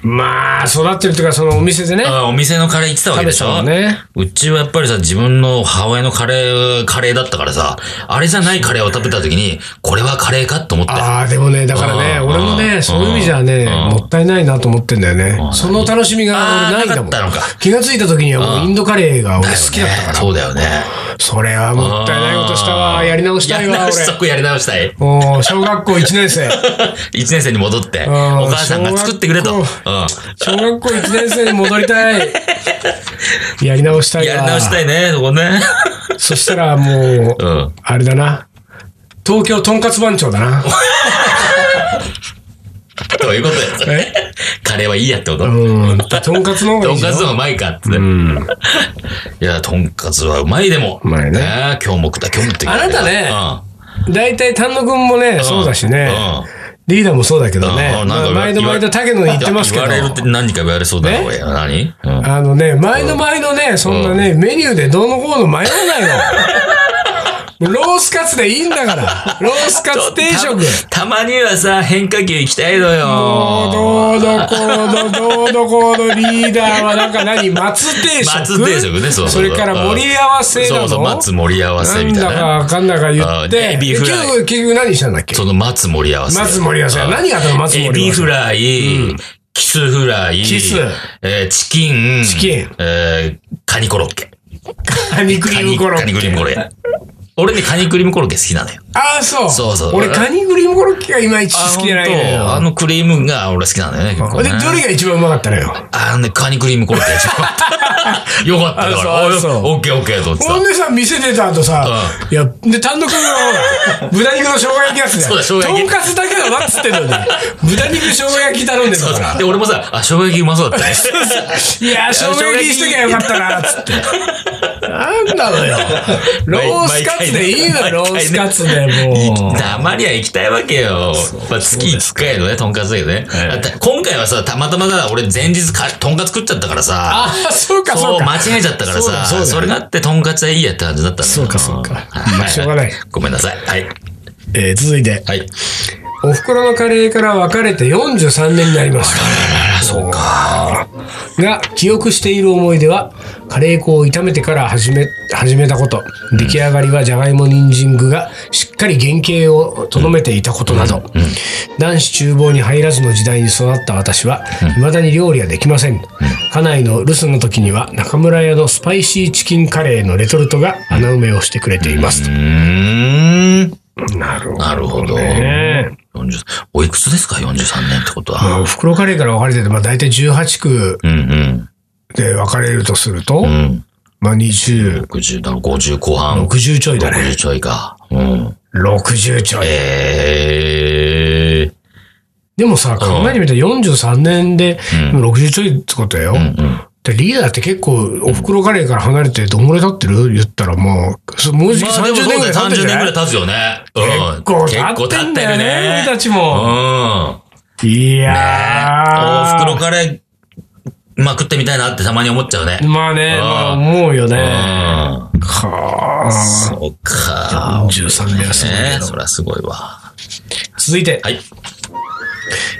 Speaker 1: まあ育ってるというかそのお店でね
Speaker 2: あーお店のカレー行ってたわけでしょ
Speaker 1: 食べてたもんね
Speaker 2: うちはやっぱりさ、自分の母親のカレー、カレーだったからさ、あれじゃないカレーを食べた時に、これはカレーかと思って。
Speaker 1: ああ、でもね、だからね、
Speaker 2: うん
Speaker 1: 俺も
Speaker 2: う
Speaker 1: ね、
Speaker 2: ん
Speaker 1: そういう意味じゃね、
Speaker 2: うん
Speaker 1: もったいないなと思ってんだよね
Speaker 2: ん。
Speaker 1: その楽しみが俺ないんだ
Speaker 2: あーな
Speaker 1: もん
Speaker 2: かったのか。
Speaker 1: 気がついた時にはもうインドカレーが俺好きだったか
Speaker 2: そうだよね。
Speaker 1: それはもったいないことしたわ。やり直したい
Speaker 2: や
Speaker 1: わ、
Speaker 2: り直し
Speaker 1: 俺。
Speaker 2: やり直したい。
Speaker 1: おー小学校1年生。
Speaker 2: 一年生に戻って、お
Speaker 1: ん
Speaker 2: 母さんが作ってくれと。
Speaker 1: 小
Speaker 2: うん
Speaker 1: 学小学校1年生に戻りたい。やり直したいわ。
Speaker 2: やり直したいね、そこね。
Speaker 1: そしたらもう、
Speaker 2: うん
Speaker 1: あれだな。東京とんかつ番長だな。
Speaker 2: どういうことやそれ。カレーはいいやってこと
Speaker 1: うん。とんかつの方が
Speaker 2: と
Speaker 1: い
Speaker 2: ん
Speaker 1: いよ
Speaker 2: かつの方がうまいかっつって。 いや、とんかつはうまいでも。
Speaker 1: うまいね
Speaker 2: え今日も食った、今日も食った。
Speaker 1: あなたね
Speaker 2: う
Speaker 1: 大体丹野くんもね、そうだしね。リーダーもそうだけど
Speaker 2: ん。
Speaker 1: ね。
Speaker 2: うんな
Speaker 1: ま
Speaker 2: んか
Speaker 1: あ
Speaker 2: 言わ
Speaker 1: 毎度毎度竹野に言ってますけど。
Speaker 2: 言われるって何か言われそうだな、
Speaker 1: ね
Speaker 2: これ。何うん
Speaker 1: あのね、毎度毎度ね、そんなね、メニューでどうのこうの迷わない の。ロースカツでいいんだから。ロースカツ定食。
Speaker 2: たたまにはさ、変化球行きたいのよ。
Speaker 1: どうどこうど、どうどこうどリーダーはなんか何松定食
Speaker 2: 松定食ね、そう
Speaker 1: それから盛り合わせな
Speaker 2: そう
Speaker 1: の
Speaker 2: そう、松盛り合わせみたい
Speaker 1: なんだか
Speaker 2: な。
Speaker 1: わかんないから言っ
Speaker 2: うん
Speaker 1: て
Speaker 2: エ。ビ
Speaker 1: で
Speaker 2: フ
Speaker 1: 結
Speaker 2: ライ
Speaker 1: 局、結局何したんだっけ
Speaker 2: その松盛り合わせ。
Speaker 1: 松盛り合わせ
Speaker 2: うん
Speaker 1: 何があったの松盛り合
Speaker 2: エ
Speaker 1: わせ
Speaker 2: ビフライ、キスフライ、
Speaker 1: キス
Speaker 2: えーチキン、
Speaker 1: チキン
Speaker 2: えーカニコロッケ。
Speaker 1: カニクリ
Speaker 2: カ
Speaker 1: ーム
Speaker 2: ニ
Speaker 1: コロ
Speaker 2: カニ
Speaker 1: ッ
Speaker 2: クリーム
Speaker 1: ケ。
Speaker 2: コロッケ。俺ね、カニクリームコロッケ好きなのよ。
Speaker 1: ああ、そう。
Speaker 2: そうそう
Speaker 1: 俺カニクリームコロッケがいまいち好きじゃないの
Speaker 2: あほんとあ
Speaker 1: よ。
Speaker 2: のクリームが俺好きなのよね、結構
Speaker 1: で
Speaker 2: ね。、
Speaker 1: どれが一番うまかったのよ。
Speaker 2: あのね、カニクリームコロッケが一番 よかった。よかっただから。
Speaker 1: あ
Speaker 2: おい
Speaker 1: そう
Speaker 2: オッケーオッケーと思って
Speaker 1: ほん
Speaker 2: さ。
Speaker 1: でさ、店出た後さ、いや、で、単独の、豚肉の生姜焼きやつだよ。
Speaker 2: そうだ
Speaker 1: とん
Speaker 2: 生姜焼き
Speaker 1: かつだけだなっつってんのに、豚肉生姜焼き頼んでた
Speaker 2: そう
Speaker 1: か
Speaker 2: そう
Speaker 1: ら。
Speaker 2: で、俺もさ、あ、生姜焼きうまそうだったね。
Speaker 1: いや、生姜焼きにしときゃよかったな、つって。なんなのよ。ロースカツでいいのよ、ロースカツでもう。
Speaker 2: たまには行きたいわけよ。まあ、月1回のね、とんかつだけどね。だって今回はさ、たまたまだ、俺前日か、とんかつ食っちゃったからさ。
Speaker 1: ああ、そうか、
Speaker 2: そ、
Speaker 1: そううか
Speaker 2: 間。違えちゃったから
Speaker 1: そうだ
Speaker 2: さ、
Speaker 1: そう
Speaker 2: そ
Speaker 1: だ
Speaker 2: れがあって、とんかつはいいやって感じだったんだよ
Speaker 1: そうかそうか
Speaker 2: はい
Speaker 1: まあしょうがない
Speaker 2: ごめんなさい。はい。
Speaker 1: えー続いて。
Speaker 2: はい。
Speaker 1: お袋のカレーから別れて43年になりました。そうか。が、記憶している思い出は、カレー粉を炒めてから始め、始めたこと、出来上がりはじゃがいも人参具がしっかり原型をとどめていたことなど、男子厨房に入らずの時代に育った私は、未だに料理はできません。家内の留守の時には、中村屋のスパイシーチキンカレーのレトルトが穴埋めをしてくれています
Speaker 2: う。ーん。
Speaker 1: なるほ
Speaker 2: なるほど。
Speaker 1: ね
Speaker 2: 40おいくつですか ?43 年ってこと
Speaker 1: ま
Speaker 2: は。
Speaker 1: あ、お袋カレーから分かれてて、まあ大体18区
Speaker 2: うんうん。
Speaker 1: で分かれるとすると、
Speaker 2: うん。
Speaker 1: まあ20、
Speaker 2: 60だろ、50後半。
Speaker 1: 60ちょいだね。
Speaker 2: 60ちょいか。うん。
Speaker 1: 60ちょい。
Speaker 2: ええ
Speaker 1: でもさ、考えてみたら43年で、でも60ちょいってことだよ。でリーダーって結構、お袋カレーから離れてどんぐらい経ってる言ったらもう、そもうじき
Speaker 2: まあでも
Speaker 1: 30年
Speaker 2: そう
Speaker 1: ぐら
Speaker 2: だ
Speaker 1: い
Speaker 2: よ、
Speaker 1: 経ってる
Speaker 2: 30
Speaker 1: んじ
Speaker 2: 年
Speaker 1: ゃな
Speaker 2: ぐら
Speaker 1: い
Speaker 2: い経つよね。うん。
Speaker 1: 結構経ってんだよね、君たち
Speaker 2: うん。
Speaker 1: も。
Speaker 2: お
Speaker 1: いや
Speaker 2: ふ
Speaker 1: ー。
Speaker 2: くろカレー、まあ食ってみたいなってたまに思っちゃうね。
Speaker 1: まあね、
Speaker 2: うん
Speaker 1: まあ思うよね。
Speaker 2: うん。
Speaker 1: はあ。
Speaker 2: そうか。
Speaker 1: 43年はすごいけど
Speaker 2: ねそりゃすごいわ。
Speaker 1: 続いて。
Speaker 2: はい。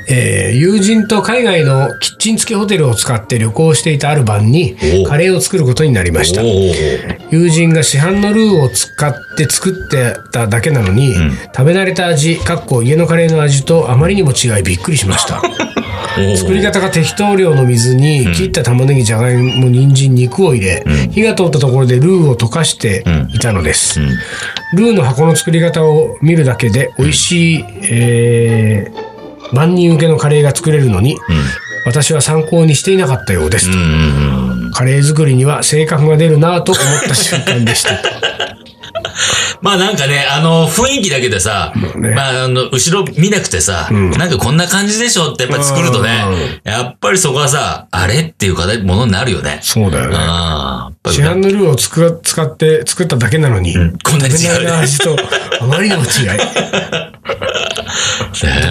Speaker 1: えー友人と海外のキッチン付きホテルを使って旅行していたある晩に
Speaker 2: お
Speaker 1: カレーを作ることになりました
Speaker 2: おー
Speaker 1: 友人が市販のルーを使って作ってただけなのに、食べ慣れた味かっこ家のカレーの味とあまりにも違いびっくりしました
Speaker 2: おー
Speaker 1: 作り方が適当量の水に切った玉ねぎじゃがいも人参肉を入れ、火が通ったところでルーを溶かしていたのです、
Speaker 2: ん
Speaker 1: ルーの箱の作り方を見るだけで美味しい、えー万人受けのカレーが作れるのに、私は参考にしていなかったようですと、
Speaker 2: うん。
Speaker 1: カレー作りには性格が出るなぁと思った瞬間でした。
Speaker 2: まあなんかね、あの、雰囲気だけでさ、
Speaker 1: ね
Speaker 2: まあ、あの、後ろ見なくてさ、なんかこんな感じでしょってやっぱ作るとね、やっぱりそこはさ、あれっていうかねものになるよね。
Speaker 1: そうだよね
Speaker 2: ああ、
Speaker 1: 市
Speaker 2: やっ
Speaker 1: 販
Speaker 2: ぱ
Speaker 1: のルーを使う使って作っただけなのに、
Speaker 2: こんなに
Speaker 1: 食べ慣
Speaker 2: 違う
Speaker 1: れの味とあまりにも 違い。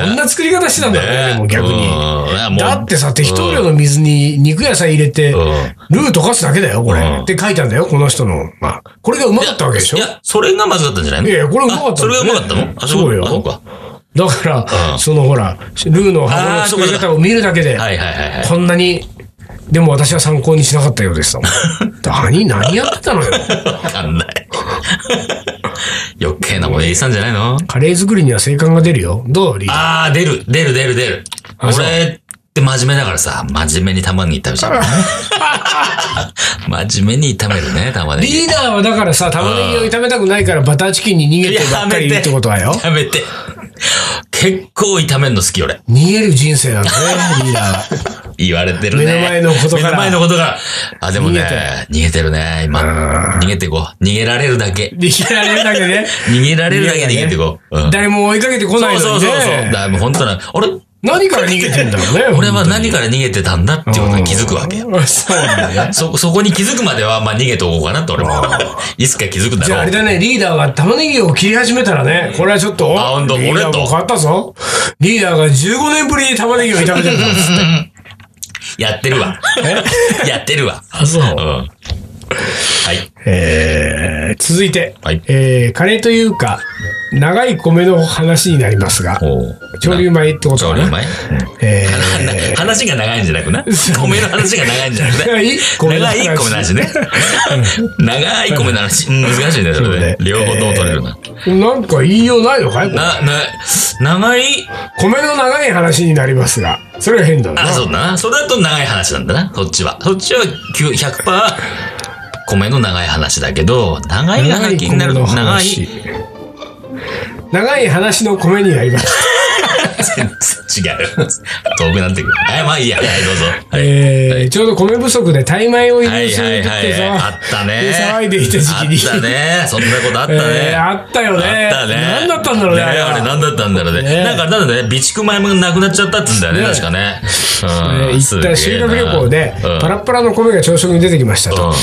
Speaker 1: どんな作り方してたんだよね、でも逆
Speaker 2: うんい
Speaker 1: に。
Speaker 2: やもう
Speaker 1: だってさ、適当量の水に肉野菜入れて、ルー溶かすだけだよ、これ。
Speaker 2: うん
Speaker 1: って書いたんだよ、この人の。まあ、これがうまかったわけでしょ
Speaker 2: いや、それがまずかったんじゃないの
Speaker 1: いやいやこれうまかったんだ
Speaker 2: あそ
Speaker 1: よ
Speaker 2: れ
Speaker 1: ね
Speaker 2: がうまかったのあ
Speaker 1: そうよ
Speaker 2: あそうか。
Speaker 1: だから、
Speaker 2: うん
Speaker 1: そのほら、ルーの箱の作り方を見るだけで、
Speaker 2: はいはいはいはい。
Speaker 1: こんなに、でも私は参考にしなかったよう ですと。何、何やってたのよ。
Speaker 2: わかんない。 余計なもん言いたんじゃないの
Speaker 1: カレー作りには性感が出るよ。どうリーダー
Speaker 2: ああ、出る、出る、出る、出る。
Speaker 1: あそう
Speaker 2: 俺、って真面目だからさ、真面目に玉ねぎ食べちゃう、ね。 真面目に炒めるね、玉ねぎ。
Speaker 1: リーダーはだからさ、玉ねぎを炒めたくないからバターチキンに逃げてばっかりいるってことはよ。
Speaker 2: やめて。結構炒めるの好き、俺。
Speaker 1: 逃げる人生なんだね、リーダ ーは。
Speaker 2: 言われてるね。
Speaker 1: 目の前のことから
Speaker 2: 目の前のことから。あ、でもね、逃げてるね、今。逃げてこう。逃げられるだけ。
Speaker 1: 逃げられるだけね。
Speaker 2: 逃げられるだけ逃げてこう。うん
Speaker 1: 誰も追いかけてこないのにね。
Speaker 2: そうそうそうそう。だもう本当な、あれ
Speaker 1: 何から逃げてんだろうね。
Speaker 2: 俺は何から逃げてたんだっていうことに気づくわけよ。
Speaker 1: あそうなんだね。
Speaker 2: そ、そこに気づくまでは、まあ逃げとこうかなって俺も。いつか気づくだ
Speaker 1: じゃああ
Speaker 2: ろ
Speaker 1: れ
Speaker 2: う。
Speaker 1: だね、リーダーが玉ねぎを切り始めたらね、これはちょっと、
Speaker 2: あほんと
Speaker 1: リーダー
Speaker 2: 俺と
Speaker 1: も変わったぞ。リーダーが15年ぶりに玉ねぎを炒めてるんだっつ って。
Speaker 2: やってるわ。 やってるわ。
Speaker 1: あ、そう
Speaker 2: うん。はい。
Speaker 1: えー続いて、
Speaker 2: はい
Speaker 1: えーカレーというか、長い米の話になりますが、
Speaker 2: おう
Speaker 1: 潮流米ってこと
Speaker 2: 調
Speaker 1: か
Speaker 2: 理
Speaker 1: な
Speaker 2: うまい
Speaker 1: えー
Speaker 2: 話が長いんじゃなくな米の話が長いんじゃなくな
Speaker 1: 長い米の
Speaker 2: 長
Speaker 1: 話
Speaker 2: い米の話ね。長い米の話。うん難しいね、それ
Speaker 1: そ
Speaker 2: ね。
Speaker 1: うね
Speaker 2: 両方とも取れるな。
Speaker 1: なんか言いようないのかいこれ
Speaker 2: な、な、長い、
Speaker 1: 米の長い話になりますが、それは変だな。
Speaker 2: あ、そうだな。それだと長い話なんだな、そっちは。そっちは9 100%米の長い話だけど、長い
Speaker 1: 長
Speaker 2: 話
Speaker 1: い
Speaker 2: にな
Speaker 1: 米
Speaker 2: る
Speaker 1: の
Speaker 2: と長い。
Speaker 1: 話。長い話の米になります。
Speaker 2: 全然違う。遠くなってくる。はい、まあいいや。はい、どうぞ。はい。
Speaker 1: えーちょうど米不足で大米を輸
Speaker 2: は
Speaker 1: 入
Speaker 2: い
Speaker 1: す
Speaker 2: は
Speaker 1: る
Speaker 2: い
Speaker 1: 時
Speaker 2: は
Speaker 1: って
Speaker 2: い。あ
Speaker 1: さ
Speaker 2: っ、たね。
Speaker 1: 騒いでいた時期に
Speaker 2: あったね。そんなことあったね。
Speaker 1: えーあったよね
Speaker 2: あったね。
Speaker 1: 何だったんだろうね
Speaker 2: あ
Speaker 1: あれ
Speaker 2: れ
Speaker 1: は
Speaker 2: 何だったんだろうね。
Speaker 1: ね
Speaker 2: なんか、なんだね、備蓄米もなくなっちゃったって言うんだよね、
Speaker 1: ね
Speaker 2: 確かね。
Speaker 1: えー
Speaker 2: うん
Speaker 1: 行った修学旅行で、パラッパラの米が朝食に出てきましたと。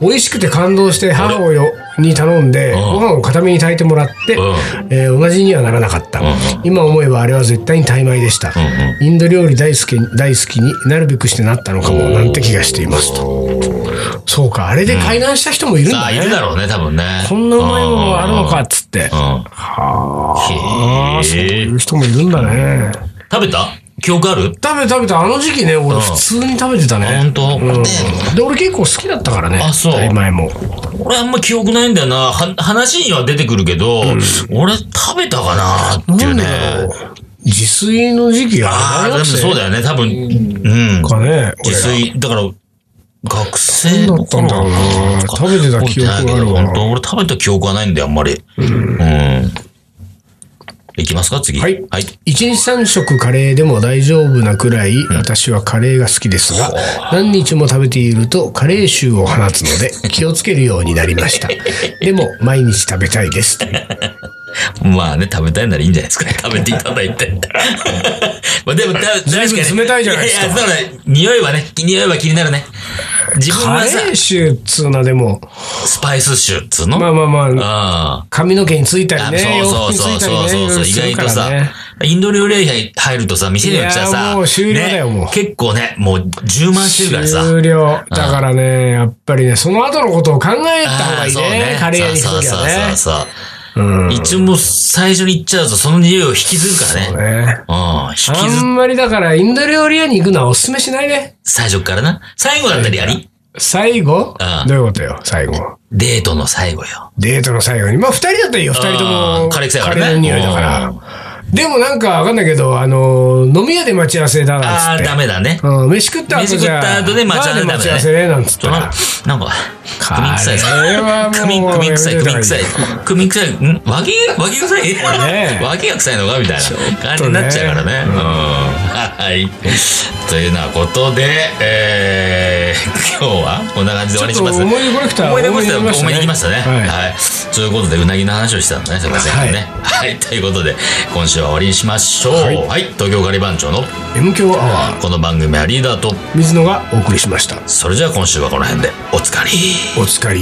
Speaker 1: 美味しくて感動して母をよに頼んで、ご飯を固めに炊いてもらって、
Speaker 2: うん
Speaker 1: えー同じにはならなかった、今思えばあれは絶対に大米でした、インド料理大好き大好きになるべくしてなったのかもなんて気がしていますとそうかあれで開眼した人もいるん
Speaker 2: ああ、
Speaker 1: だ
Speaker 2: い
Speaker 1: ね、
Speaker 2: るだろうね、多分ね。
Speaker 1: こんなうまいものがあるのかっつって、
Speaker 2: うん。うん。
Speaker 1: ああそう
Speaker 2: へ
Speaker 1: い
Speaker 2: ー
Speaker 1: う人もいるんだね、
Speaker 2: 食べた記憶ある
Speaker 1: 食べた食べたあの時期ね俺普通に食べてたね、
Speaker 2: 本当
Speaker 1: うん
Speaker 2: ね
Speaker 1: で、俺結構好きだったからね。
Speaker 2: あそう
Speaker 1: 大前も。
Speaker 2: 俺あんま記憶ないんだよな。は話には出てくるけど、俺食べたかなっていうね。
Speaker 1: 自炊の時期が
Speaker 2: ああ、
Speaker 1: 大
Speaker 2: でも
Speaker 1: 学
Speaker 2: そう
Speaker 1: 生
Speaker 2: だよね、多分。うん。
Speaker 1: かね。
Speaker 2: 自炊、だから、学生
Speaker 1: だ
Speaker 2: の
Speaker 1: ったん
Speaker 2: 頃
Speaker 1: だろうな食べてた記憶があるわ
Speaker 2: 本当俺食べた記憶はないんだよ、あんまり。うん。いきますか、次。
Speaker 1: はい
Speaker 2: はい。
Speaker 1: 一日三食カレーでも大丈夫なくらい、私はカレーが好きですが、何日も食べているとカレー臭を放つの で、気をつけるようになりました。でも、毎日食べたいです。
Speaker 2: まあね、食べたいならいいんじゃないで すか。食べていただいて。まあでも、た確かに。
Speaker 1: 冷たいじゃないですか
Speaker 2: ややそうだね。匂いはね、匂いは気になるね。自分
Speaker 1: カ
Speaker 2: はさ、
Speaker 1: レー臭っつうのはでも、
Speaker 2: スパイス臭っつうの
Speaker 1: まあまあまあ、
Speaker 2: あ
Speaker 1: 髪の毛についた
Speaker 2: あ
Speaker 1: りね、洋
Speaker 2: そう
Speaker 1: 服につ
Speaker 2: そう
Speaker 1: いた
Speaker 2: そう
Speaker 1: り
Speaker 2: そう
Speaker 1: ね、
Speaker 2: そう、
Speaker 1: いろい
Speaker 2: 意
Speaker 1: ろする
Speaker 2: 外
Speaker 1: か
Speaker 2: と
Speaker 1: ら
Speaker 2: さ
Speaker 1: ね。、
Speaker 2: インド料理屋入るとさ、店によっちゃ
Speaker 1: い
Speaker 2: さ、
Speaker 1: やもう終了だよ
Speaker 2: ね
Speaker 1: もう
Speaker 2: 結構ね、もう充満してるからさ。
Speaker 1: 終了。だからね、やっぱりね、その後のことを考えた方
Speaker 2: あ
Speaker 1: が
Speaker 2: あ
Speaker 1: いい
Speaker 2: そう
Speaker 1: ね。カレー屋に行
Speaker 2: そ
Speaker 1: く
Speaker 2: う
Speaker 1: 時
Speaker 2: そう
Speaker 1: は
Speaker 2: そう
Speaker 1: ね。
Speaker 2: そう。一応もう最初に行っちゃうと、その匂いを引きずるからね。
Speaker 1: ね
Speaker 2: うん、引きず
Speaker 1: あんまりだから、インド料理屋に行くのはおすすめしないね。
Speaker 2: 最初からな。最後だったりあり
Speaker 1: 最後
Speaker 2: うん
Speaker 1: どういうことよ、最後。
Speaker 2: デートの最後よ。
Speaker 1: デートの最後に。まあ、二人だったらいいよ、二人と
Speaker 2: う
Speaker 1: も。
Speaker 2: んカレー臭いからね
Speaker 1: の匂いだから。でもなんかわかんないけど、あの、飲み屋で待ち合わせだ
Speaker 2: あ
Speaker 1: なんつ
Speaker 2: あ、
Speaker 1: って
Speaker 2: ダ。メだね。
Speaker 1: うん、飯食った後じゃ
Speaker 2: 飯食った後で待ち合わせ
Speaker 1: バーで待ち合わせね、なんつった
Speaker 2: あ
Speaker 1: ら。
Speaker 2: なんか、
Speaker 1: カ
Speaker 2: 組み臭い。
Speaker 1: レーはもう
Speaker 2: 組み、組み臭い、
Speaker 1: やめとい
Speaker 2: 組み
Speaker 1: た
Speaker 2: 臭い
Speaker 1: 方。
Speaker 2: 組み臭い。ん和牛和牛臭い
Speaker 1: ね
Speaker 2: 和牛が臭いのかみたいな感じになっちゃうからね。うん。はい。というようなことで、えー、 今日はこんな感じで終わりにします。
Speaker 1: ちょっと思い出コレクター
Speaker 2: 思い出コレクター
Speaker 1: 思い出
Speaker 2: 多めに行き
Speaker 1: ま
Speaker 2: ま
Speaker 1: し
Speaker 2: した
Speaker 1: ね
Speaker 2: たね。
Speaker 1: はい
Speaker 2: はい。ということで、うなぎの話をしてたんだね、すいませんね。はい。ということで、今週は終わりにしましょう。
Speaker 1: はい
Speaker 2: はい。東京ガリバン長の
Speaker 1: M 強アワ
Speaker 2: この番組はリーダーと、
Speaker 1: ー、水野がお送りしました。
Speaker 2: それじゃあ今週はこの辺でおつかり。
Speaker 1: お疲れ。